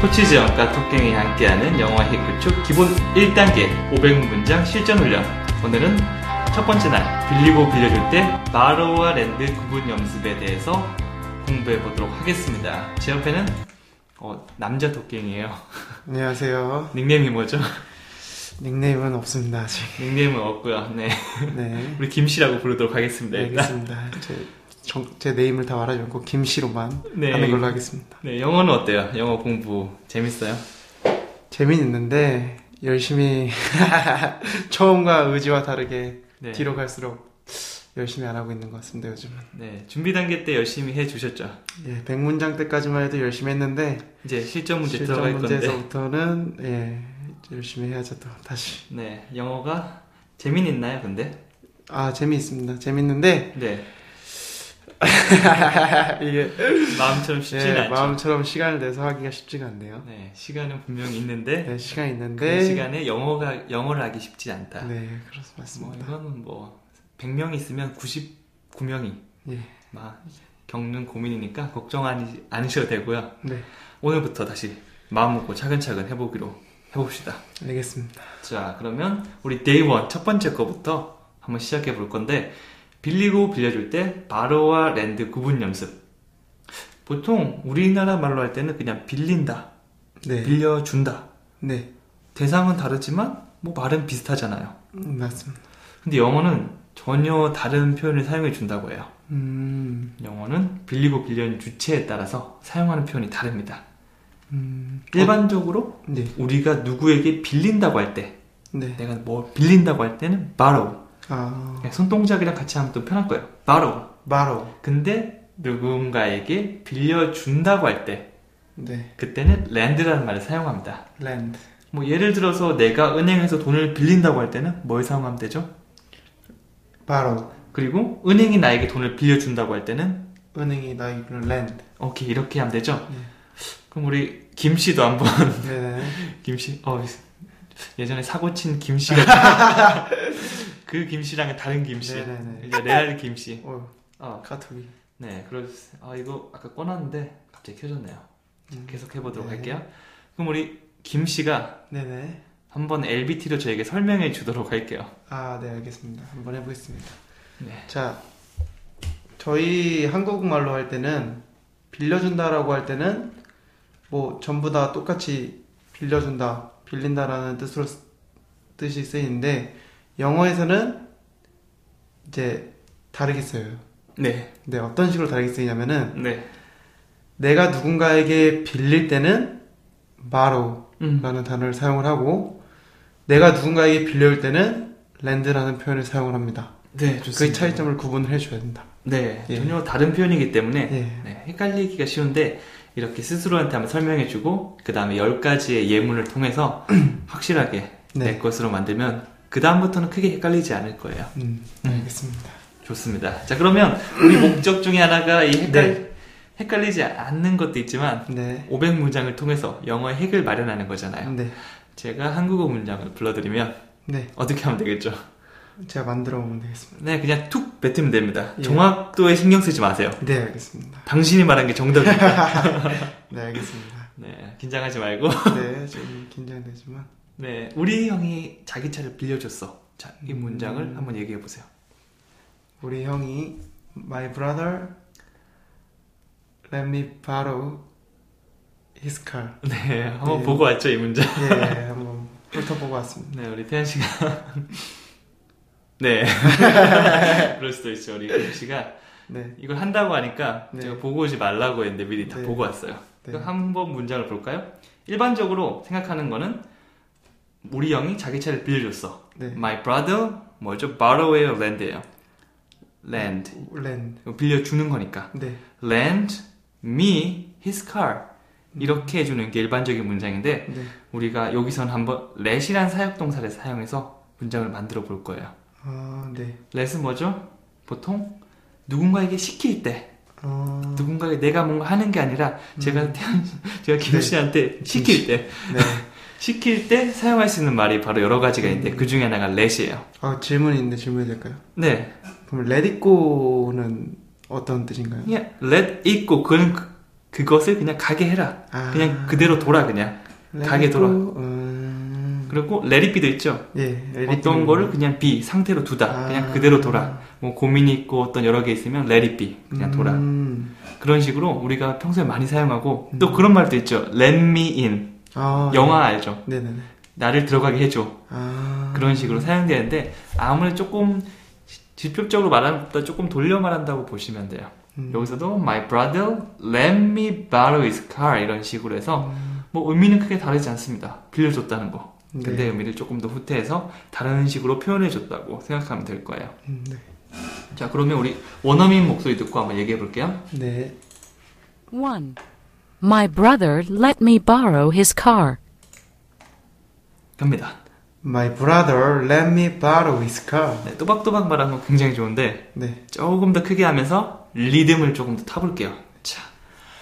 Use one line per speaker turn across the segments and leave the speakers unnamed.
코치즈 원과 토깽이 함께하는 영어 핵구축 기본 1단계 500문장 실전 훈련. 오늘은 첫 번째 날 빌리고 빌려줄 때 마로와 랜드 구분 연습에 대해서 공부해 보도록 하겠습니다. 제 옆에는 어, 남자 토깽이에요.
안녕하세요.
닉네임이 뭐죠?
닉네임은 없습니다 아직.
닉네임은 없고요. 네,
네.
우리 김씨라고 부르도록 하겠습니다.
네,
일단.
알겠습니다. 제, 정- 제 네임을 다 말하지 않고 김씨로만
네.
하는 걸로 하겠습니다.
네, 영어는 어때요? 영어 공부 재밌어요?
재미있는데 열심히 처음과 의지와 다르게
네.
뒤로 갈수록 열심히 안 하고 있는 것 같습니다 요즘은.
네, 준비 단계 때 열심히 해 주셨죠.
예, 100문장 때까지만 해도 열심히 했는데
이제 실전 문제
실전
들어갈 건데.
문제에서부터는 예 이제 열심히 해야죠 또 다시.
네, 영어가 재미는 있나요, 근데?
아 재미있습니다. 재밌는데
네,
이게
마음처럼 쉽지는
예,
않죠.
마음처럼 시간을 내서 하기가 쉽지가 않네요.
네, 시간은 분명히 있는데
네, 시간
그
있는데
시간에 영어가 영어를 하기 쉽지 않다.
네, 그렇습니다.
뭐
맞습니다.
이거는 뭐 100명 있으면 99명이
예.
막 겪는 고민이니까 걱정 아니, 않으셔도 되고요.
네,
오늘부터 다시 마음 먹고 차근차근 해보기로 해봅시다.
알겠습니다.
자, 그러면 우리 데이 원 첫 번째 거부터 한번 시작해 볼 건데 빌리고 빌려줄 때 바로와 랜드 구분 연습. 보통 우리나라 말로 할 때는 그냥 빌린다,
네,
빌려준다.
네,
대상은 다르지만 뭐 말은 비슷하잖아요.
음, 맞습니다.
근데 영어는 전혀 다른 표현을 사용해 준다고 해요.
음,
영어는 빌리고 빌려준 주체에 따라서 사용하는 표현이 다릅니다.
음,
예. 일반적으로
네,
우리가 누구에게 빌린다고 할 때,
네,
내가 뭐 빌린다고 할 때는 borrow,
아,
그냥 네, 손동작이랑 같이 하면 또 편할 거예요. 바로.
바로,
근데 누군가에게 빌려준다고 할 때,
네,
그때는 lend라는 말을 사용합니다.
랜드,
뭐 예를 들어서 내가 은행에서 돈을 빌린다고 할 때는 뭘 사용하면 되죠?
바로,
그리고 은행이 나에게 돈을 빌려준다고 할 때는
은행이 나에게 주는 랜드.
오케이 이렇게 하면 되죠?
네.
그럼 우리 김 씨도 한번
네, 네,
김 씨, 어 예전에 사고 친 김 씨가 그김 씨랑은 다른 김 씨,
네, 네, 네.
이제 레알 김 씨.
오,
어,
카톡이.
네, 그럴 수, 아 이거 아까 꺼놨는데 갑자기 켜졌네요. 자,
음,
계속 해보도록
네.
할게요. 그럼 우리 김 씨가
네, 네.
한번 LBT로 저에게 설명해 주도록 할게요.
아, 네, 알겠습니다. 한번 해보겠습니다.
네,
자, 저희 한국말로 할 때는 빌려준다라고 할 때는 뭐 전부 다 똑같이 빌려준다, 빌린다라는 뜻으로 쓰- 뜻이 쓰이는데 영어에서는 이제 다르게 써요.
네,
근데 어떤 식으로 다르게 쓰이냐면은
네,
내가 누군가에게 빌릴 때는 borrow라는
음,
단어를 사용을 하고 내가 누군가에게 빌려줄 때는 lend라는 표현을 사용을 합니다.
네,
그 차이점을 구분을 해줘야 된다.
네,
예.
전혀 다른 표현이기 때문에
예.
네, 헷갈리기가 쉬운데 이렇게 스스로한테 한번 설명해 주고 그 다음에 열 가지의 예문을 통해서 확실하게 내
네.
것으로 만들면 그 다음부터는 크게 헷갈리지 않을 거예요.
음, 알겠습니다.
좋습니다. 자, 그러면 우리 목적 중에 하나가 이 헷갈, 헷갈리지 않는 것도 있지만
네.
500 문장을 통해서 영어의 핵을 마련하는 거잖아요.
네.
제가 한국어 문장을 불러드리면
네.
어떻게 하면 되겠죠?
제가 만들어 보면 되겠습니다.
네, 그냥 툭 뱉으면 됩니다.
예.
정확도에 신경 쓰지 마세요.
네, 알겠습니다.
당신이 말한 게 정답입니다.
네, 알겠습니다.
네, 긴장하지 말고.
네, 좀 긴장되지만.
네, 우리 형이 자기 차를 빌려줬어. 자, 이 문장을 한번 얘기해 보세요.
우리 형이 My brother let me borrow his car.
네, 한번
예.
보고 왔죠, 이 문장.
예, 한번 훑어보고 왔습니다.
네, 우리 태현 씨가 네, 그럴 수도 있죠. 우리 태현 씨가
네.
이걸 한다고 하니까
네.
제가 보고 오지 말라고 했는데 미리 다
네.
보고 왔어요.
네.
그럼 한번 문장을 볼까요? 일반적으로 생각하는 거는 우리 형이 자기 차를 빌려줬어.
네.
My brother 뭐죠? borrow a land예요. land
랜.
이거 빌려주는 거니까
네.
lend me his car
음.
이렇게 해주는 게 일반적인 문장인데
네.
우리가 여기서는 한번 let이란 사역동사를 사용해서 문장을 만들어 볼 거예요.
아, 네.
let은 뭐죠? 보통 누군가에게 시킬 때
어,
누군가에게 내가 뭔가 하는 게 아니라 제가 태연 씨- 제가 김
음. 네.
씨한테 시킬 때
네.
시킬 때 사용할 수 있는 말이 바로 여러 가지가 있는데
음.
그 중에 하나가 let이에요.
아, 질문이 있는데 질문이 될까요?
네,
그럼 let it go는 어떤 뜻인가요?
그냥 let 있고 그는 그, 그것을 그냥 가게 해라.
아.
그냥 그대로 돌아 그냥. 가게 돌아.
네, 음.
그리고 레리비도 있죠.
예.
어떤 거를 그냥 비 상태로 두다.
아.
그냥 그대로 돌아. 뭐 고민이 있고 어떤 여러 개 있으면 레리비 그냥 돌아.
음.
그런 식으로 우리가 평소에 많이 사용하고 또 그런 말도 있죠. Let me in.
아,
영화 알죠.
네. 네네네.
나를 들어가게 해줘.
아.
그런 식으로 사용되는데 아무래도 조금 시- 직접적으로 말하는 것보다 조금 돌려 말한다고 보시면 돼요.
음.
여기서도 my brother let me borrow his car 이런 식으로 해서 뭐 의미는 크게 다르지 않습니다. 빌려줬다는 거. 근데
음. 네.
의미를 조금 더 후퇴해서 다른 식으로 표현해줬다고 생각하면 될 거예요.
음, 네.
자 그러면 우리 원어민 목소리 듣고 한번 얘기해 볼게요.
네.
1. My brother let me borrow his car.
갑니다.
My brother let me borrow his car.
네, 또박또박 말하는 건 굉장히 좋은데
네.
조금 더 크게 하면서 리듬을 조금 더 타볼게요. 자,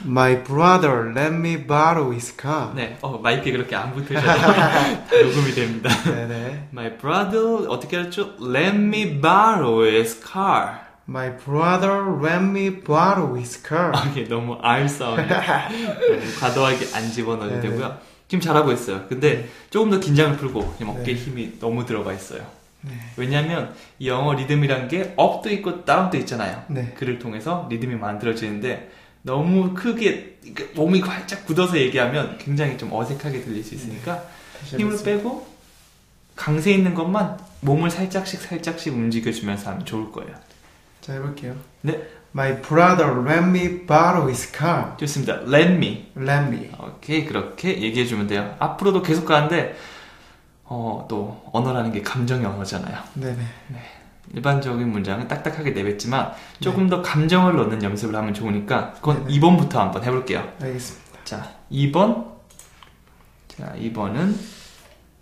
My brother let me borrow his car.
네, 어, 마이크에 그렇게 안 붙으셔서 다 녹음이 됩니다.
네네.
My brother 어떻게 했죠? Let me borrow his car.
My brother let me borrow his car.
아, 이게 너무 R 사운드. 너무 과도하게 안 집어넣어도
네네. 네.
되고요. 지금 잘하고 있어요. 근데 조금 더 긴장을 풀고 지금 어깨에 힘이 너무 들어가 있어요.
네,
왜냐하면 이 영어 리듬이란 게 업도 있고 다운도 있잖아요.
네.
그를 통해서 리듬이 만들어지는데 너무 크게 이렇게 몸이 활짝 굳어서 얘기하면 굉장히 좀 어색하게 들릴 수 있으니까
네.
힘을 빼고 강세 있는 것만 몸을 살짝씩 살짝씩 움직여주면서 하면 좋을 거예요.
자 해볼게요.
네,
My brother let me borrow his car.
좋습니다. Let me.
Let me.
오케이 그렇게 얘기해 주면 돼요. 앞으로도 계속 가는데 어, 또 언어라는 게 감정의 언어잖아요.
네네.
일반적인 문장은 딱딱하게 내뱉지만 조금 더 감정을 넣는 연습을 하면 좋으니까 그건
네. 네네.
2번부터 한번 해볼게요.
알겠습니다.
자 2번 자 2번은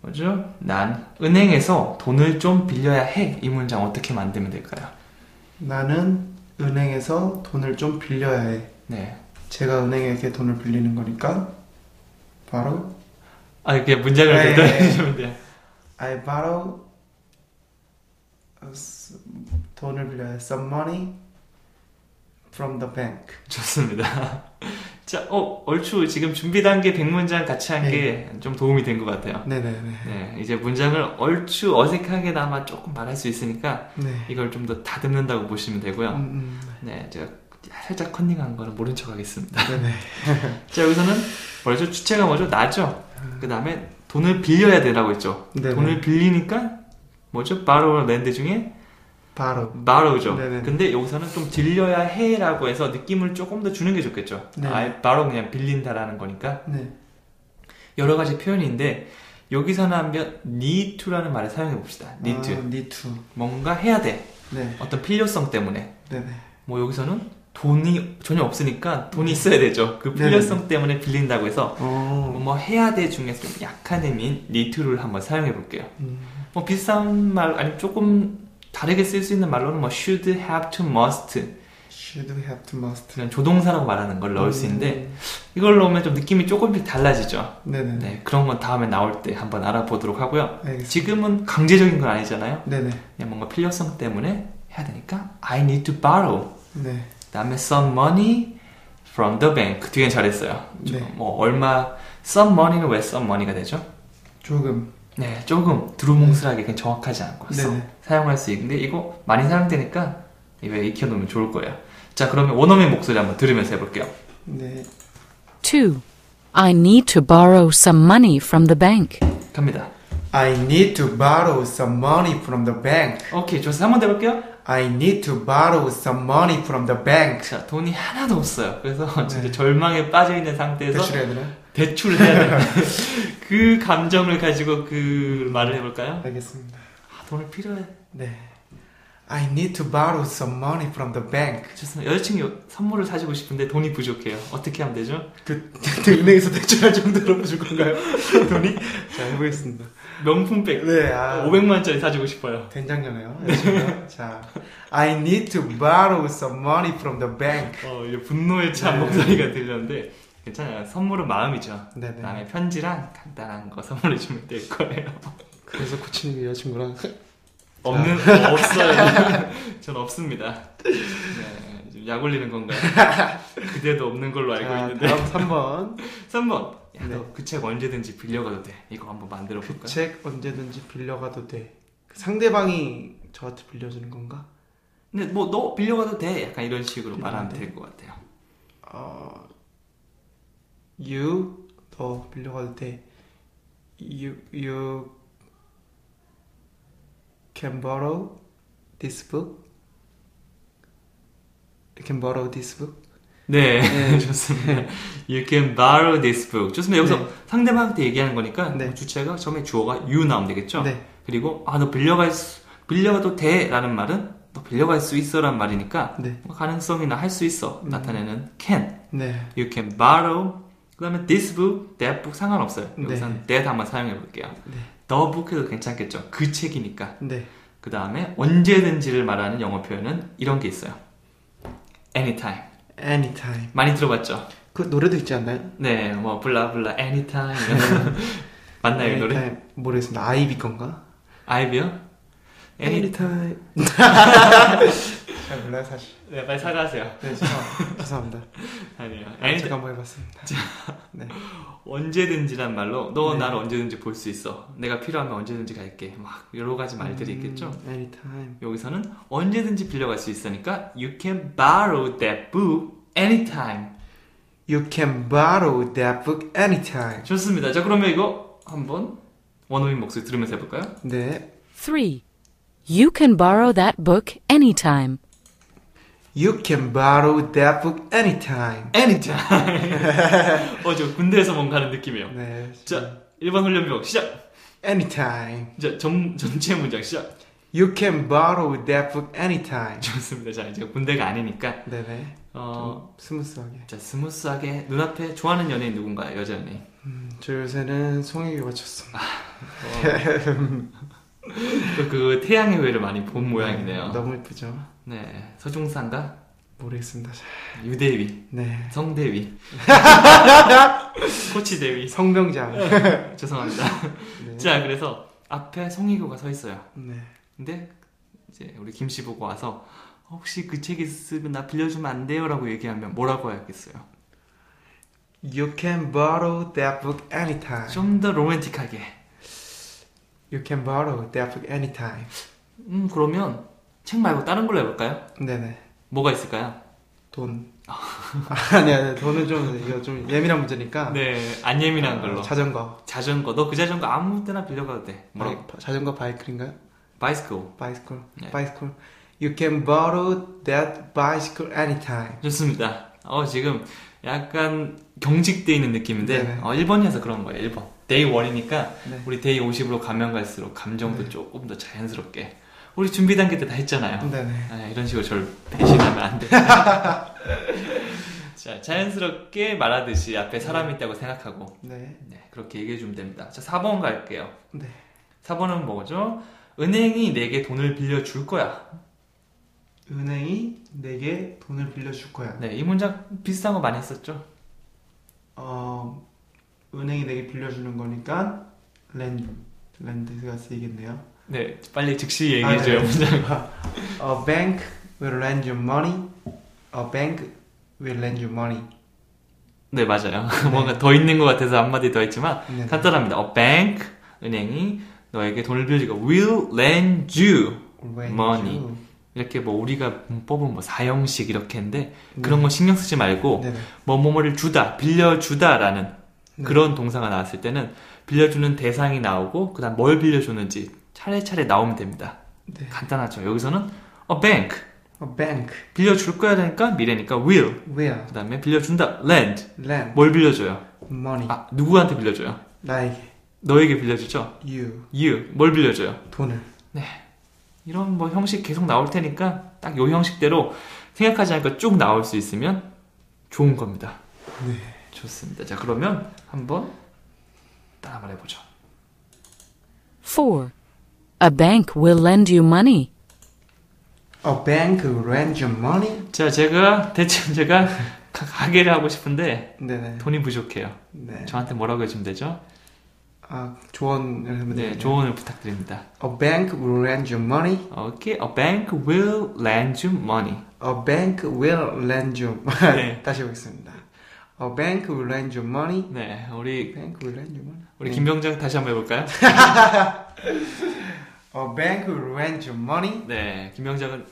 뭐죠? 난 은행에서 돈을 좀 빌려야 해. 이 문장 어떻게 만들면 될까요?
나는 은행에서 돈을 좀 빌려야 해.
네.
제가 은행에게 돈을 빌리는 거니까 바로
아 이렇게 문장을
네.
대단해 주면 돼요.
I borrow s- 돈을 빌려야 해. Some money from the bank.
좋습니다. 자, 어, 얼추 지금 준비 단계 100문장 같이 한 게
네.
좀 도움이 된 것 같아요.
네네네.
네, 이제 문장을 얼추 어색하게나마 조금 말할 수 있으니까
네.
이걸 좀 더 다듬는다고 보시면
음,
되고요.
음.
네, 제가 살짝 컨닝한 거는 모른 척 하겠습니다.
네네.
자, 여기서는 먼저 주체가 뭐죠? 나죠? 그 다음에 돈을 빌려야 되라고 했죠.
네네.
돈을 빌리니까 뭐죠? 바로 랜드 중에
바로.
borrow죠.
네네.
근데 여기서는 좀 들려야 해라고 해서 느낌을 조금 더 주는 게 좋겠죠.
네.
아, 바로 그냥 빌린다라는 거니까
네.
여러 가지 표현인데 여기서는 하면 need to라는 말을 사용해 봅시다. need to
아, need to.
뭔가 해야 돼.
네.
어떤 필요성 때문에
네네.
뭐 여기서는 돈이 전혀 없으니까 돈이 있어야 되죠. 그
네네네.
필요성 때문에 빌린다고 해서
어.
뭐 해야 돼 중에서 좀 약한 의미인 need to를 한번 사용해 볼게요.
음.
뭐 비슷한 말 아니면 조금 다르게 쓸 수 있는 말로는 뭐 should, have to, must
Should have to must.
그냥 조동사라고 말하는 걸 넣을
음.
수 있는데 이걸 넣으면 좀 느낌이 조금씩 달라지죠.
네네.
네, 그런 건 다음에 나올 때 한번 알아보도록 하고요.
알겠습니다.
지금은 강제적인 건 아니잖아요.
네네.
그냥 뭔가 필요성 때문에 해야 되니까 I need to borrow.
네.
그다음에 some money from the bank. 그 뒤엔 잘했어요. 좀
네.
뭐 얼마 some money는 왜 some money가 되죠?
조금.
네, 조금 두루뭉술하게 그냥 정확하지 않고
네네.
써- 사용할 수 있는데 이거 많이 사용되니까 입에 익혀놓으면 좋을 거예요. 자, 그러면 원어민 목소리 한번 들으면서 해볼게요.
네.
2. I need to borrow some money from the bank.
갑니다.
I need to borrow some money from the bank.
오케이, 좋습니다. 한번 해볼게요.
I need to borrow some money from the bank.
자, 돈이 하나도 없어요. 그래서 진짜 절망에 빠져 있는 상태에서
네. 대출해야 되나?
대출을 해야 되는 그 감정을 가지고 그 말을 해볼까요?
알겠습니다.
아, 돈을 필요해.
네. I need to borrow some money from the bank.
좋습니다. 여자친구 선물을 사주고 싶은데 돈이 부족해요. 어떻게 하면 되죠?
그 은행에서 대출할 정도로 줄 건가요? 돈이? 자 해보겠습니다.
명품백
네. 아,
500만원짜리 사주고 싶어요.
된장녀네요. 열심히요. 자, I need to borrow some money from the bank.
어, 이제 분노에
네.
찬 목소리가 들렸는데 괜찮아요. 선물은 마음이죠.
네네.
그다음에 편지랑 간단한 거 선물해 주면 될 거예요.
그래서 코치님 여자친구랑
아. 없는 없어요. 전 없습니다. 네, 이제 약 올리는 건가요? 그대도 없는 걸로 알고
자,
있는데.
다음 3번.
3번. 야,
아, 네.
너 그 책 언제든지 빌려가도 돼. 이거 한번 만들어 볼까?
그 책 언제든지 빌려가도 돼. 그 상대방이 저한테 빌려주는 건가?
근데 뭐 너 빌려가도 돼. 약간 이런 식으로 말하면
돼.
될 것 같아요.
어, you, 너 빌려가도 돼. You, you can borrow this book. You can borrow this book.
네,
네.
좋습니다. You can borrow this book. 좋습니다. 여기서
네.
상대방한테 얘기하는 거니까 그
네.
주체가 처음에 주어가 you 나오면 되겠죠?
네.
그리고 아 너 빌려갈 수, 빌려가도 돼라는 말은 너 빌려갈 수 있어라는 말이니까
네. 음.
뭐 가능성이나 할 수 있어 나타내는 can.
네.
You can borrow. 그다음에 this book, that book 상관없어요.
네.
여기서는 that 한번 사용해 볼게요.
네.
The book 해도 괜찮겠죠? 그 책이니까.
네.
그 다음에 언제든지를 말하는 영어 표현은 이런 게 있어요. Anytime.
Anytime.
많이 들어봤죠?
그 노래도 있지 않나요?
네, 뭐 블라블라 anytime 맞나요 이 노래?
Anytime. 모르겠습니다. 아이비 건가?
아이비요? 애니
Anytime. 잘 몰라요, 사실.
네, 빨리 사과하세요.
네, 죄송- 죄송합니다.
아니요. 애니
제가 한번 해봤습니다. 네.
언제든지란 말로 너
네.
날 언제든지 볼 수 있어. 내가 필요하면 언제든지 갈게. 막 여러 가지 말들이 있겠죠.
음, Anytime.
여기서는 언제든지 빌려갈 수 있으니까 you can borrow that book anytime.
You can borrow that book anytime.
좋습니다. 자, 그러면 이거 한번 원어민 목소리 들으면서 해볼까요?
네.
3. You can borrow that book anytime.
You can borrow that book anytime.
Anytime. 어, 저 군대에서 뭔가 하는 느낌이에요.
네.
자, 1번 훈련병 시작.
Anytime.
자, 전, 전체 문장 시작.
You can borrow that book anytime.
좋습니다. 자, 이제 군대가 아니니까.
네네.
어,
음. 스무스하게.
자, 스무스하게 눈앞에 좋아하는 연예인 누군가요? 여자 연예인.
음, 저 요새는 송혜교 맞췄습니다.
어. 또 그 태양의 회를 많이 본 모양이네요.
너무 예쁘죠?
네, 서중상과
모르겠습니다. 자,
유대위,
네.
성대위, 코치대위.
성병장.
죄송합니다.
네.
예. 자, 그래서 앞에 송이교가 서 있어요.
네.
근데 이제 우리 김씨 보고 와서 혹시 그 책 있으면 나 빌려주면 안 돼요라고 얘기하면 뭐라고 하겠어요?
You can borrow that book anytime.
좀 더 로맨틱하게.
You can borrow that book anytime.
음, 그러면 책 말고 다른 걸로 해볼까요?
네네.
뭐가 있을까요?
돈. 아니, 아니, 돈은 좀, 이거 좀 예민한 문제니까.
네, 안 예민한 걸로.
자전거.
자전거. 너 그 자전거 아무 때나 빌려가도 돼. 뭐라고?
바이- 자전거 바이클인가요?
바이스코.
바이스클.
네.
바이스클. You can borrow that bicycle anytime.
좋습니다. 어, 지금 약간 경직돼 있는 느낌인데,
네네.
어, 1번이어서 그런 거예요, 1번. 데이 1이니까,
네.
우리 데이 50으로 가면 갈수록 감정도 조금 더 자연스럽게. 우리 준비 단계 때 다 했잖아요.
네네.
아, 이런 식으로 저를 배신하면 안 돼. 자, 자연스럽게 말하듯이 앞에 사람이 있다고 생각하고,
네.
네, 그렇게 얘기해주면 됩니다. 자, 4번 갈게요.
네.
4번은 뭐죠? 은행이 내게 돈을 빌려줄 거야.
은행이 내게 돈을 빌려줄 거야.
네, 이 문장 비슷한 거 많이 했었죠?
어, 은행이 내게 빌려주는 거니까 랜드. 랜드가 쓰이겠네요.
네, 빨리 즉시
아,
얘기해줘요,
네.
문장.
A bank will lend you money. A bank will lend you money.
네, 맞아요. 뭔가 더 있는 것 같아서 한마디 더 했지만,
네.
간단합니다. A bank, 은행이 너에게 돈을 빌려주고, will lend you.
When
money.
you-
이렇게 뭐 우리가 문법은 뭐 사형식 이렇게 했는데, 그런
네.
거 신경 쓰지 말고,
네네.
뭐뭐뭐를 주다, 빌려주다라는
네.
그런 동사가 나왔을 때는, 빌려주는 대상이 나오고, 그 다음 뭘 빌려주는지 차례차례 나오면 됩니다.
네.
간단하죠. 여기서는 a bank,
A bank
빌려줄 거야 되니까 미래니까 will.
will
그 다음에 빌려준다, lend.
lend
뭘 빌려줘요?
money.
아, 누구한테 빌려줘요?
나에게
너에게 빌려주죠?
you
you 뭘 빌려줘요?
돈을
이런 뭐 형식 계속 나올 테니까 딱 요 형식대로 생각하지 않고 쭉 나올 수 있으면 좋은 겁니다.
네.
좋습니다. 자 그러면 한번 따라 말해보죠.
4. A bank will lend you money.
A bank will lend you money.
자 제가 대체 제가 가- 가게를 하고 싶은데
네네.
돈이 부족해요.
네.
저한테 뭐라고 해주면 되죠?
아 조언을 하면
네,
되겠네요.
조언을 부탁드립니다.
A bank will lend you money.
오케이, a bank will lend you money.
A bank will lend you.
네.
다시 해보겠습니다. A bank will lend you money.
네, 우리
Bank will lend you money.
우리 김병장 다시 한번 해볼까요?
A bank will lend you money.
네, 김병장은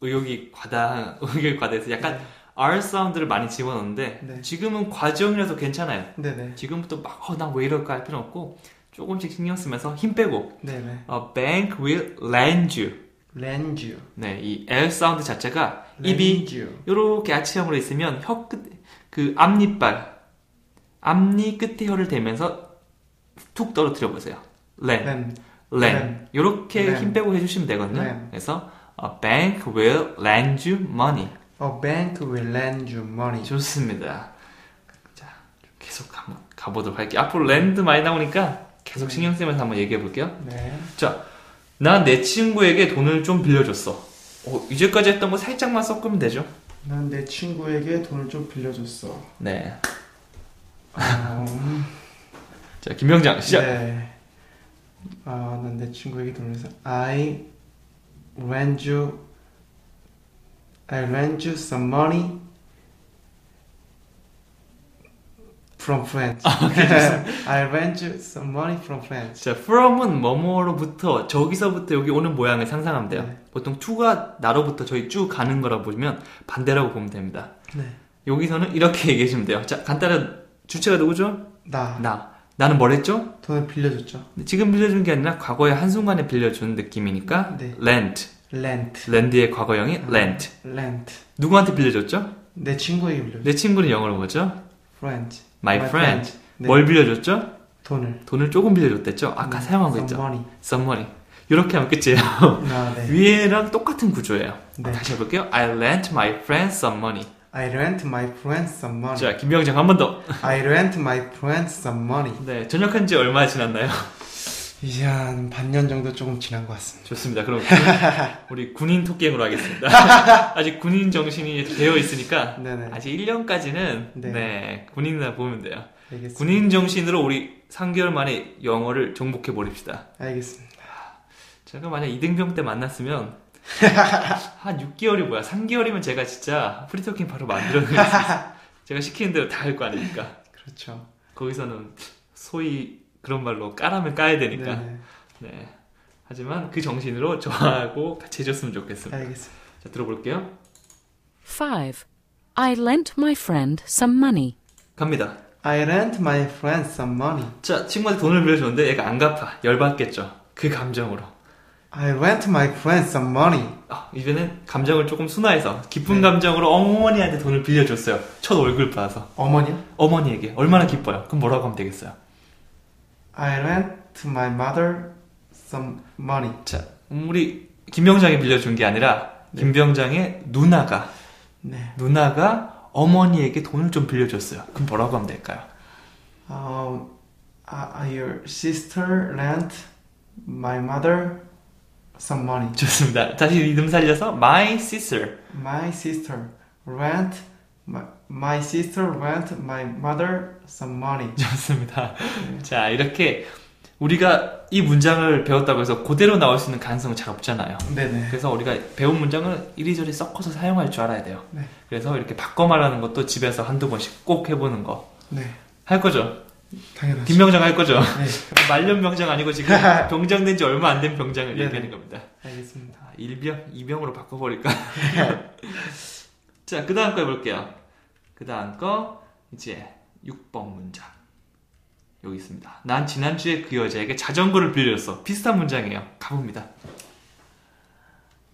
의욕이 과다, 의욕이 과다해서 약간 R 사운드를 많이 집어넣는데
네.
지금은 과정이라서 괜찮아요.
네네. 지
금부터 막, 어, 나 왜 이럴까 할 필요 없고, 조금씩 신경 쓰면서 힘 빼고,
네
A bank will lend you.
Lend you.
네, 이 L 사운드 자체가 입이
Lend you.
요렇게 아치형으로 있으면 혀 끝, 그 앞니빨, 앞니 끝에 혀를 대면서 툭 떨어뜨려 보세요. lend,
Lend.
lend. 요렇게
lend.
힘 빼고 해주시면 되거든요.
lend.
그래서 A bank will lend you money.
A bank will lend you money.
좋습니다. 자, 계속 한번 가보도록 할게요. 앞으로 lend 많이 나오니까 계속 신경 쓰면서 한번 얘기해 볼게요.
네.
자, 난 내 친구에게 돈을 좀 빌려줬어. 어, 이제까지 했던 거 살짝만 섞으면 되죠?
난 내 친구에게 돈을 좀 빌려줬어.
네.
어,
자, 김명장 시작.
네. 아, 난 내 친구에게 돈을 써. I lend you, I lend you some money from friends.
아,
I lend you some money from friends.
자, from은 뭐뭐로부터 저기서부터 여기 오는 모양을 상상하면 돼요.
네.
보통 to가 나로부터 저희 쭉 가는 거라 보면 반대라고 보면 됩니다.
네.
여기서는 이렇게 얘기해주면 돼요. 자, 간단한 주체가 누구죠?
나
나. 나는 뭘 했죠?
돈을 빌려줬죠.
근데 지금 빌려준 게 아니라 과거의 한순간에 빌려준 느낌이니까
네. 아.
lent.
Lent,
lend의 과거형이 lent.
lent.
누구한테 빌려줬죠?
내 친구에게 빌려줬죠.
내 친구는 영어로 뭐죠?
Friend.
My friend.
네.
뭘 빌려줬죠?
돈을.
돈을 조금 빌려줬댔죠? 아까
네.
사용한 거
some
있죠?
money.
Some money. 이렇게 하면 끝이에요.
아, 네.
위에랑 똑같은 구조예요.
네.
다시 해볼게요. I lent my friend some money.
I lent my friend some money.
자, 김병장 한 번 더.
I lent my friend some money.
네, 전역한 지 얼마 지났나요?
이제 한 반년 정도 조금 지난 것 같습니다.
좋습니다. 그럼 군- 우리 군인 토끼으로 하겠습니다. 아직 군인 정신이 되어 있으니까
네네.
아직 1년까지는
네.
네. 군인이나 보면 돼요.
알겠습니다.
군인 정신으로 우리 3개월 만에 영어를 정복해 버립시다.
알겠습니다.
제가 만약 이등병 때 만났으면 한 6개월이 뭐야 3개월이면 제가 진짜 프리토킹 바로 만들어낼 수 있어요 제가 시키는 대로 다 할 거 아닙니까
그렇죠.
거기서는 소위 그런 말로 까라면 까야 되니까
네네.
네. 하지만 그 정신으로 저하고 같이 해줬으면 좋겠습니다
알겠습니다.
자 들어볼게요
5. I lent my friend some money.
갑니다
I lent my friend some money.
자 친구한테 돈을 빌려줬는데 얘가 안 갚아 열받겠죠 그 감정으로
I lent my friend some money.
아, 이번엔 감정을 조금 순화해서 기쁜 감정으로 어머니한테 돈을 빌려줬어요 첫 월급 받아서
어머니요?
어머니에게 얼마나 기뻐요? 그럼 뭐라고 하면 되겠어요?
I lent my mother some money.
자, 음, 우리 김병장이 빌려준 게 아니라 김병장의 누나가
네.
누나가 어머니에게 돈을 좀 빌려줬어요. 그럼 뭐라고 하면 될까요?
Um, uh, your sister lent my mother some money.
좋습니다. 다시 리듬 살려서 my sister.
My sister lent my, my sister lent my mother some money.
좋습니다.
네.
자, 이렇게 우리가 이 문장을 배웠다고 해서 그대로 나올 수 있는 가능성은 잘 없잖아요.
네네.
그래서 우리가 배운 문장을 이리저리 섞어서 사용할 줄 알아야 돼요.
네.
그래서 이렇게 바꿔 말하는 것도 집에서 한두 번씩 꼭 해보는 거.
네.
할 거죠?
당연하죠.
김병장 할 거죠?
그렇죠. 네.
말년 병장 아니고 지금 병장 된 지 얼마 안 된 병장을
네네.
얘기하는 겁니다.
알겠습니다.
아, 일병, 이병으로 바꿔버릴까? 자, 그 다음 거 해볼게요. 그 다음 거, 이제 6번 문장. 여기 있습니다. 난 지난주에 그 여자에게 자전거를 빌려줬어. 비슷한 문장이에요. 가봅니다.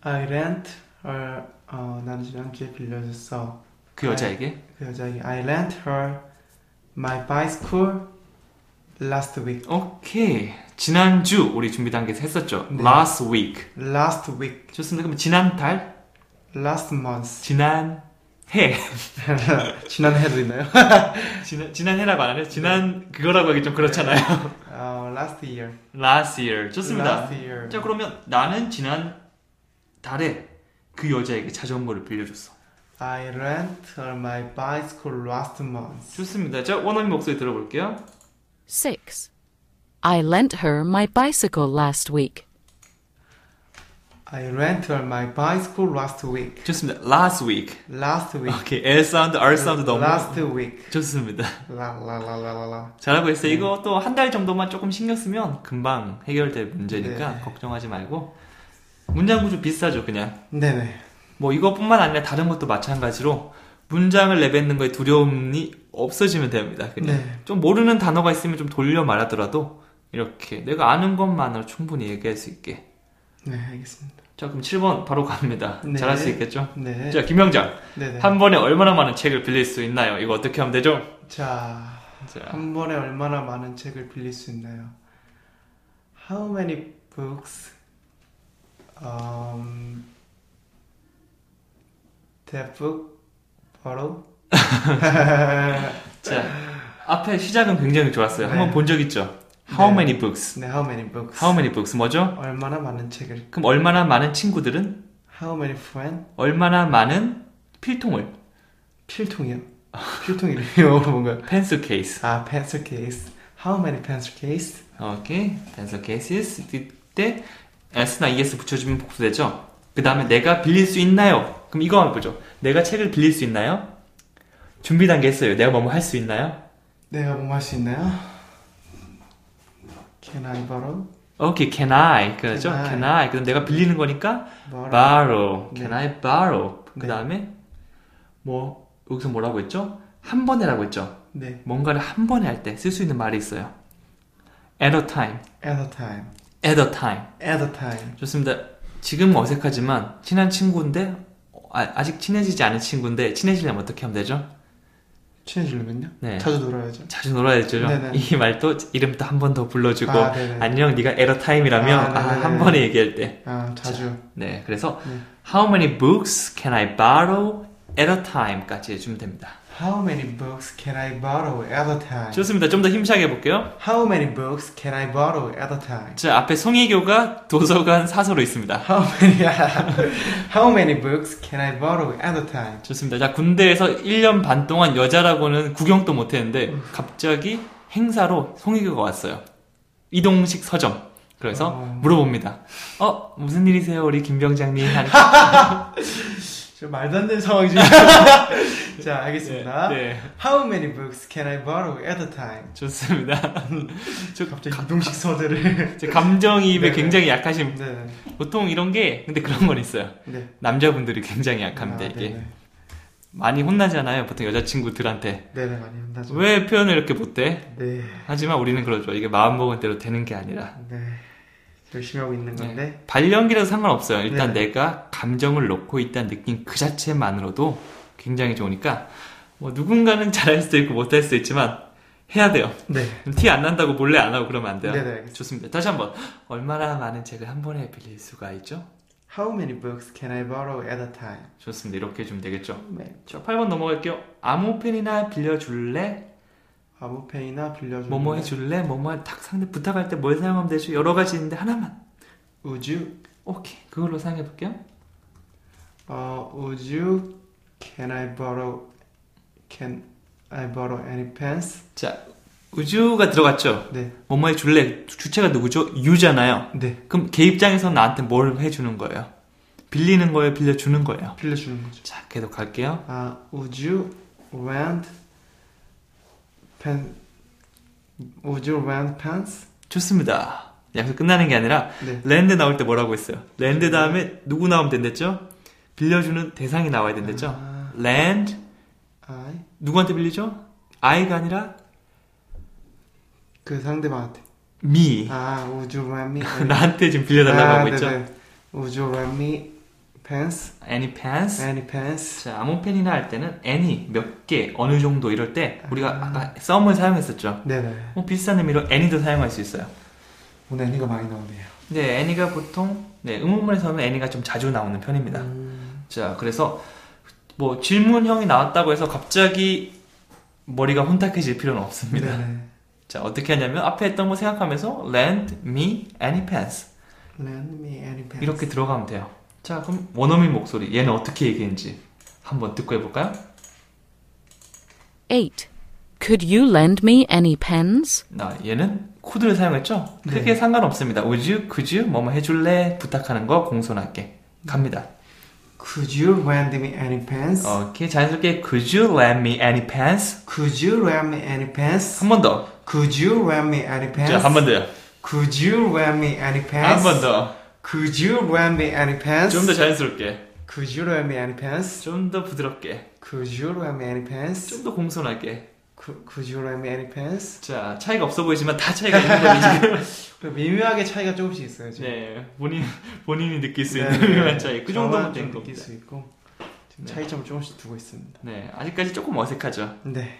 I lent her 어, 난 지난주에 빌려줬어.
그
아,
여자에게.
그 여자에게 I lent her my bicycle last week.
오케이. 지난주, 우리 준비 단계에서 했었죠.
네.
last week.
Last week.
좋습니다. 그럼 지난달?
Last month.
지난해.
지난해도 있나요?
지난, 지난해라고 안 하네요. 지난, 그거라고 하기 좀 그렇잖아요.
어, last year.
Last year. 좋습니다.
Last year.
자, 그러면 나는 지난 달에 그 여자에게 자전거를 빌려줬어.
I lent her my bicycle last month.
좋습니다. 자, 원어민 목소리 들어볼게요.
6. I lent her my bicycle last week.
I rented my bicycle last week.
좋습니다. Last week.
Last week.
오케이. L 사운드, R 사운드 너무
Last week.
좋습니다.
La la la la la la.
잘하고 있어요. 이거 또 한 달 정도만 조금 신경 쓰면 금방 해결될 문제니까
네.
걱정하지 말고 문장 구조 비슷하죠, 그냥.
네네.
뭐 이것뿐만 아니라 다른 것도 마찬가지로 문장을 내뱉는 거에 두려움이 없어지면 됩니다. 그냥
네.
좀 모르는 단어가 있으면 좀 돌려 말하더라도 이렇게 내가 아는 것만으로 충분히 얘기할 수 있게.
네, 알겠습니다.
자, 그럼 7번 바로 갑니다.
네.
잘할 수 있겠죠?
네.
자, 김영장.
네네.
한 번에 얼마나 많은 책을 빌릴 수 있나요? 이거 어떻게 하면 되죠?
자,
자,
한 번에 얼마나 많은 책을 빌릴 수 있나요? How many books um, that book borrow?
자, 앞에 시작은 굉장히 좋았어요.
네.
한번 본 적 있죠? How
네.
many books?
네, how many books?
How many books? 뭐죠?
얼마나 많은 책을?
그럼 얼마나 많은 친구들은
How many friends?
얼마나 많은 필통을
필통이요. 필통 이름이 뭔가?
펜스 케이스
아, pencil case. How many pencil case?
오케이. 단서 cases. 이때 s나 es 붙여주면 복수되죠. 그 다음에 내가 빌릴 수 있나요? 그럼 이거 한번 보죠. 내가 책을 빌릴 수 있나요? 준비 단계 했어요. 내가 뭐뭐 할 수 있나요?
내가 뭐 할 수 있나요? Can I borrow?
오케이, can I. 그죠?
Can I.
can I. 그럼 내가 빌리는 거니까
Borrow.
borrow. can
네.
I borrow. 그
네.
다음에 뭐 여기서 뭐라고 했죠? 한 번에라고 했죠.
네,
뭔가를 한 번에 할 때 쓸 수 있는 말이 있어요. at a time.
at a time.
at a time.
At a time.
좋습니다. 지금은 어색하지만 친한 친구인데 아, 아직 친해지지 않은 친구인데 친해지려면 어떻게 하면 되죠?
친해지려면요?
네.
자주 놀아야죠.
자주 놀아야 되죠.
네네.
이 말도 이름도 한 번 더 불러주고
아, 네네.
안녕 네가 에러 타임이라면
아,
아,
네네네.
한 번에 얘기할 때.
아, 자주.
네, 그래서
네.
how many books can I borrow at a time까지 해주면 됩니다.
How many books can I borrow at a time?
좋습니다. 좀 더 힘차게 해볼게요.
How many books can I borrow at a time?
자, 앞에 송혜교가 도서관 사서로 있습니다.
How many How many books can I borrow at a time?
좋습니다. 자, 군대에서 1년 반 동안 여자라고는 구경도 못 했는데,
음.
갑자기 행사로 송혜교가 왔어요. 이동식 서점. 그래서
어.
물어봅니다. 어, 무슨 일이세요, 우리 김병장님?
네. 저 말도 안 되는 상황이 지금. 자, 알겠습니다.
네, 네.
How many books can I borrow at a time?
좋습니다. 저
갑자기 감동식 서재를.
제 감정이입에
네네.
굉장히 약하신, 분.
네,
보통 이런 게, 근데 그런 건 있어요.
네.
남자분들이 굉장히 약합니다,
아,
이게.
네네.
많이 혼나잖아요, 보통 여자친구들한테.
네네, 많이 혼나죠.
왜 표현을 이렇게 못해?
네,
하지만 우리는 그러죠. 이게 마음먹은 대로 되는 게 아니라.
네. 열심히 하고
네.
있는 건데.
발령기라도 상관없어요. 일단
네네.
내가 감정을 놓고 있다는 느낌 그 자체만으로도 굉장히 좋으니까 뭐 누군가는 잘할 수도 있고 못할 수도 있지만 해야 돼요.
네.
티 안 난다고 몰래 안 하고 그러면 안 돼요.
네네, 알겠습니다.
좋습니다. 다시 한번 얼마나 많은 책을 한 번에 빌릴 수가 있죠?
How many books can I borrow at a time?
좋습니다. 이렇게 해주면 되겠죠.
네.
자, 8번 넘어갈게요. 아무 펜이나 빌려줄래?
아무 페이나 빌려줘.
뭐뭐 해줄래? 뭐뭐 딱 상대 부탁할 때 뭘 사용하면 되죠? 여러 가지 있는데 하나만.
Would you?
오케이. 그걸로 사용해 볼게요.
어, would you? Can I borrow? Can I borrow any pens?
자, 우주가 들어갔죠?
네.
뭐뭐해 줄래? 주체가 누구죠? 유잖아요.
네.
그럼 걔 입장에서 나한테 뭘 해주는 거예요? 빌리는 거예요? 빌려주는 거예요?
빌려주는 거죠.
자, 계속 갈게요.
아, would you rent pen? Would you rent pens?
좋습니다. 약속 끝나는 게 아니라
네.
랜드 나올 때 뭐라고 했어요? 랜드 다음에 누구 나오면 된댔죠? 빌려주는 대상이 나와야 된댔죠?
아,
랜드
I
누구한테 빌리죠? I가 아니라
그 상대방한테.
me
아, would you rent me? any-
나한테 지금 빌려달라고 하고 있죠?
아, 네네. Would you rent me pens?
Any pants?
Any pens?
자, 아무 펜이나 할 때는 any 몇 개, 어느 정도 이럴 때 우리가
아.
아까 썸을 사용했었죠?
네네.
뭐 비슷한 의미로 any도 사용할 수 있어요.
오늘 애니가 많이 나오네요.
네, any가 보통 네, 의문문에서는 any가 좀 자주 나오는 편입니다.
음,
자, 그래서 뭐 질문형이 나왔다고 해서 갑자기 머리가 혼탁해질 필요는 없습니다.
네네.
자, 어떻게 하냐면 앞에 했던 거 생각하면서 lend me any pants
Lend me any pens.
이렇게 들어가면 돼요. 자, 그럼 원어민 목소리 얘는 어떻게 얘기했는지 한번 듣고 해볼까요?
8. Could you lend me any pens?
나 얘는 코드를 사용했죠?
네.
크게 상관없습니다. Would you, could you, 뭐뭐 해줄래? 부탁하는 거 공손하게 갑니다.
Could you lend me any pants?
오케이, 자연스럽게 Could you lend me any pants?
Could you lend me any pants?
한 번 더.
Could you lend me any pants?
자, 한 번 더요.
Could you lend me any
한
pants?
번 더.
Could you lend me any pants?
좀 더 자연스럽게.
Could you lend me any pants?
좀 더 부드럽게.
Could you lend me any pants?
좀 더 공손하게.
Could, could you lend me any pants?
자, 차이가 없어 보이지만 다 차이가 있는 거예요, 지금.
그 미묘하게 차이가 조금씩 있어요 지금.
네, 본인, 본인이 느낄 수 있는
네, 네.
묘한 차이. 그 정도면
저만
된
좀 느낄
겁니다.
수 있고
네.
지금 차이점을 조금씩 두고 있습니다.
네, 아직까지 조금 어색하죠?
네.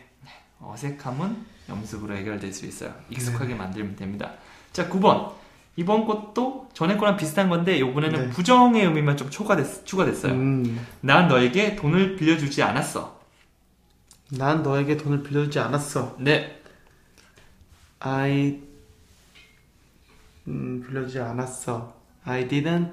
어색함은 연습으로 해결될 수 있어요.
네.
익숙하게 만들면 됩니다. 자, 9번. 이번 것도 전에 거랑 비슷한 건데 요번에는
네.
부정의 의미만 좀 초과됐, 추가됐어요.
음,
난 너에게 돈을 빌려주지 않았어.
난 너에게 돈을 빌려주지 않았어.
네.
I 음, 빌려주지 않았어. I didn't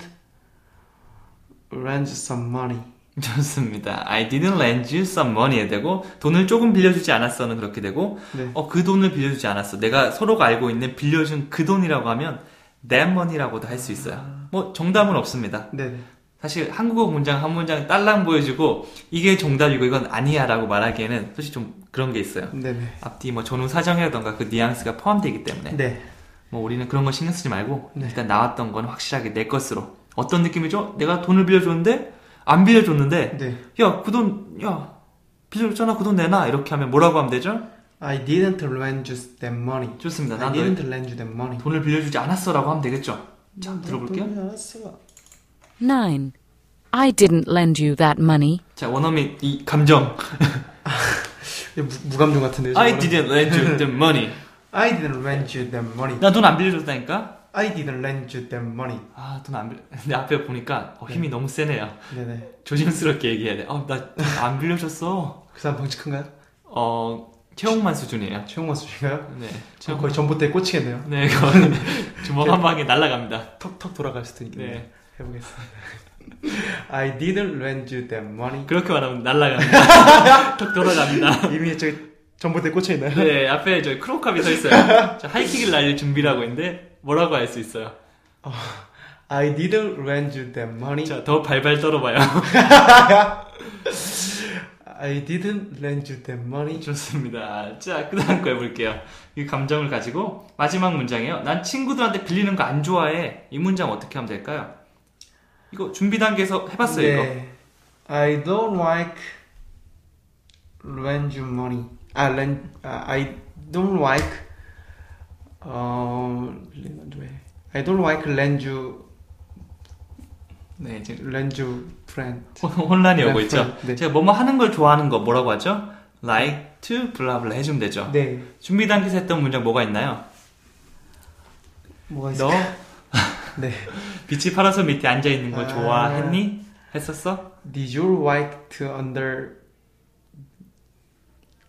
lend some money.
좋습니다. I didn't lend you some money 되고 돈을 조금 빌려주지 않았어는 그렇게 되고
네.
어, 그 돈을 빌려주지 않았어. 내가 서로가 알고 있는 빌려준 그 돈이라고 하면 that money라고도 할 수
아.
있어요. 뭐 정답은 없습니다.
네.
사실 한국어 문장 한 문장 딸랑 보여주고 이게 정답이고 이건 아니야라고 말하기에는 솔직히 좀 그런 게 있어요.
네. 네.
앞뒤 뭐 전후 사정이라던가 그 뉘앙스가 포함되기 때문에
네.
뭐 우리는 그런 거 신경 쓰지 말고
네.
일단 나왔던 건 확실하게 내 것으로 어떤 느낌이죠? 내가 돈을 빌려줬는데 안 빌려줬는데
네.
야 그 돈 야 빌려줬잖아 그 돈 내놔 이렇게 하면 뭐라고 하면 되죠?
I didn't lend you that money.
좋습니다.
I
네, 난
didn't lend you that money.
돈을 빌려주지 않았어라고 하면 되겠죠?
음,
자 들어볼게요.
빌려주지 않았어.
9. I didn't lend you that money.
자 원어민 이 감정
이거 무, 무감정 같은데요.
I
저거는?
didn't lend you the money
I didn't lend you that money.
나 돈 안 빌려줬다니까
I didn't lend you that money.
아, 돈 안 빌려. 근데 앞에 보니까 어, 힘이 너무 세네요.
네네.
조심스럽게 얘기해야 돼. 어, 나안 빌려줬어.
그 사람 덩치큰가요?
어, 최홍만 수준이에요.
최홍만 수준인가요?
네.
저
최홍...
거의 전봇대에 꽂히겠네요.
네, 거의 주먹 한 방에 날아갑니다.
턱턱 돌아갈 수도 있겠네요.
네.
해보겠습니다. I didn't lend you that money.
그렇게 말하면 날아갑니다. 턱 돌아갑니다.
이미 저기 전봇대에 꽂혀있나요?
네, 앞에 저 크로캅이 서 있어요. 저 하이킥을 날릴 준비를 하고 있는데 뭐라고 할 수 있어요?
I didn't lend you that money.
자, 더 발발 떨어봐요.
I didn't lend you that money.
좋습니다. 자, 그 다음 거 해볼게요. 이 감정을 가지고 마지막 문장이에요. 난 친구들한테 빌리는 거 안 좋아해. 이 문장 어떻게 하면 될까요? 이거 준비 단계에서 해봤어요, 이거.
네. I don't like lend you money. 아, lend, 아, I don't like, 어, I don't like lend you,
네, 지금
lend you friend.
혼- 혼란이 오고
네,
있죠.
네.
제가 뭐뭐 하는 걸 좋아하는 거 뭐라고 하죠? like to 블라블라 해주면 되죠.
네.
준비 단계에서 했던 문장 뭐가 있나요?
뭐가
너
있을까? 네.
빛이 파라솔 밑에 앉아 있는 거
아.
좋아했니? 했었어?
Did you like to under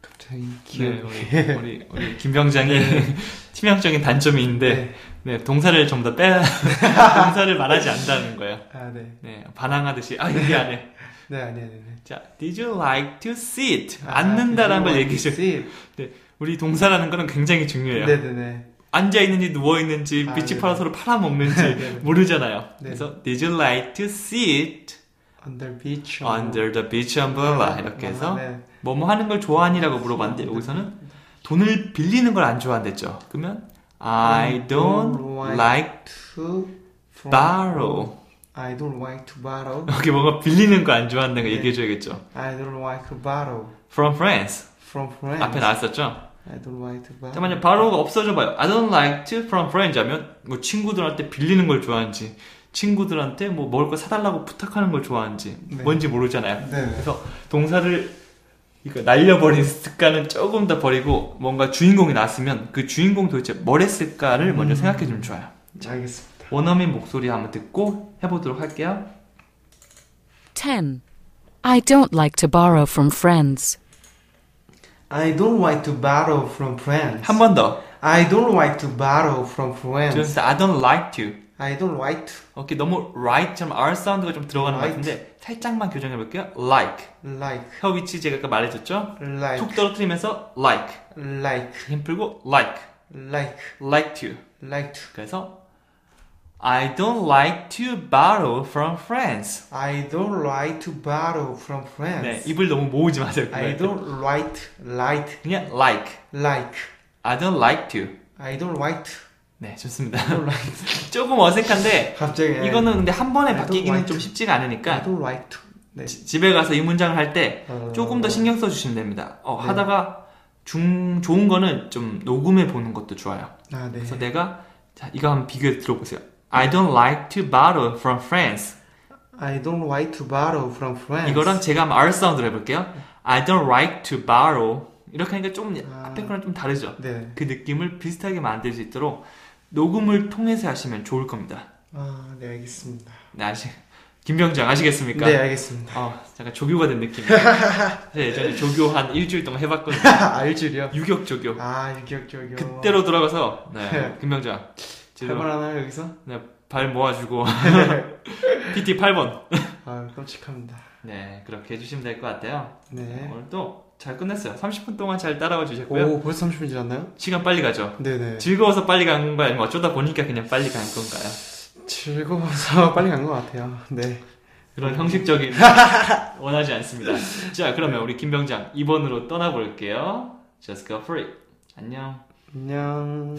갑자기
네,
기억
우리, 우리, 우리 김병장이
네.
치명적인 단점이 있는데 네, 동사를 좀 더 빼, 동사를 말하지 않는다는 거예요.
아, 네.
네, 반항하듯이, 아, 얘기 안 해.
네, 아니, 아니, 아니.
자, did you like to sit?
아,
앉는다라는 걸
did
얘기해
you like
줘.
to sit?
네, 우리 동사라는 거는 굉장히 중요해요.
네, 네, 네.
앉아있는지 누워있는지,
아,
빛이
네네.
파라솔을
네네.
팔아먹는지 모르잖아요.
네.
그래서, did you like to sit
Under beach.
under the beach umbrella? 어, 이렇게 해서,
네.
뭐뭐 하는 걸 좋아하니라고 물어봤는데, 여기서는 돈을 빌리는 걸 안 좋아한댔죠. 그러면, I don't like
To from-
borrow.
I don't like to borrow.
여기 뭔가 빌리는 거 안 좋아한다는 거
네.
얘기해줘야겠죠.
I don't like to borrow
From friends.
from friends.
앞에 나왔었죠.
I don't like to borrow.
잠깐만요. 바로 없어져봐요. I don't like to from friends 하면 뭐 친구들한테 빌리는 걸 좋아하는지 친구들한테 뭐 먹을 거 사달라고 부탁하는 걸 좋아하는지
네.
뭔지 모르잖아요.
네.
그래서 동사를 이거 날려버린 습관은 조금 더 버리고 뭔가 주인공이 나왔으면 그 주인공 도대체 뭘 했을까를
음.
먼저 생각해주면 좋아요.
알겠습니다.
원어민 목소리 한번 듣고 해보도록 할게요.
10. I don't like to borrow from friends.
I don't like to borrow from friends.
한 번 더.
I don't like to borrow from friends.
저는 I don't like to.
I don't like.
오케이 너무 right처럼 r 사운드가 좀 들어가는
Right.
것 같은데 살짝만 교정해 볼게요. like
Like.
혀 위치 제가 아까 말해줬죠? 툭
Like.
떨어뜨리면서 like 그
Like.
힘 풀고 like
Like.
like to
Like. to.
그래서 I don't like to borrow from friends.
I don't like to borrow from
네,
friends.
입을 너무 모으지 마세요.
I don't like like
그냥 like.
like.
I don't like to.
I don't like. to.
네, 좋습니다. 조금 어색한데
갑자기
이거는 그러니까 근데 한 번에
I don't
바뀌기는
like
좀
to.
쉽지가
I
않으니까
don't like to. 네.
지- 집에 가서 이 문장을 할 때
어.
조금 더 신경 써 주시면 됩니다. 어,
네.
하다가 중 좋은 거는 좀 녹음해 보는 것도 좋아요.
아 네.
그래서 내가 자, 이거 한번 비교해 들어보세요. I don't like to borrow from friends.
I don't like to borrow from friends. 네.
이거랑 제가 한번 R 사운드를 해볼게요. I don't like to borrow. 이렇게 하니까 조금
아.
앞에 거랑 좀 다르죠.
네.
그 느낌을 비슷하게 만들 수 있도록 녹음을 통해서 하시면 좋을 겁니다.
아, 네 알겠습니다.
네, 아시 김병장 아시겠습니까?
네 알겠습니다.
어, 잠깐 조교가 된 느낌이에요. 제가 예전에 조교 한 일주일 동안 해봤거든요.
알줄이요.
유격 조교.
아 유격 저격.
그때로 돌아가서 네, 김병장. 지금
발발 하나요 여기서?
네, 발 모아주고 PT 8번.
아 끔찍합니다.
네, 그렇게 해주시면 될 것 같아요.
네.
오늘도 잘 끝냈어요. 30분 동안 잘 따라와 주셨고요.
오 벌써 30분 지났나요?
시간 빨리 가죠.
네네.
즐거워서 빨리 간 건가요? 아니면 어쩌다 보니까 그냥 빨리 간 건가요?
즐거워서 빨리 간 것 같아요. 네.
그런 형식적인 원하지 않습니다. 자, 그러면 우리 김병장 2번으로 떠나볼게요. Just go for it. 안녕.
안녕.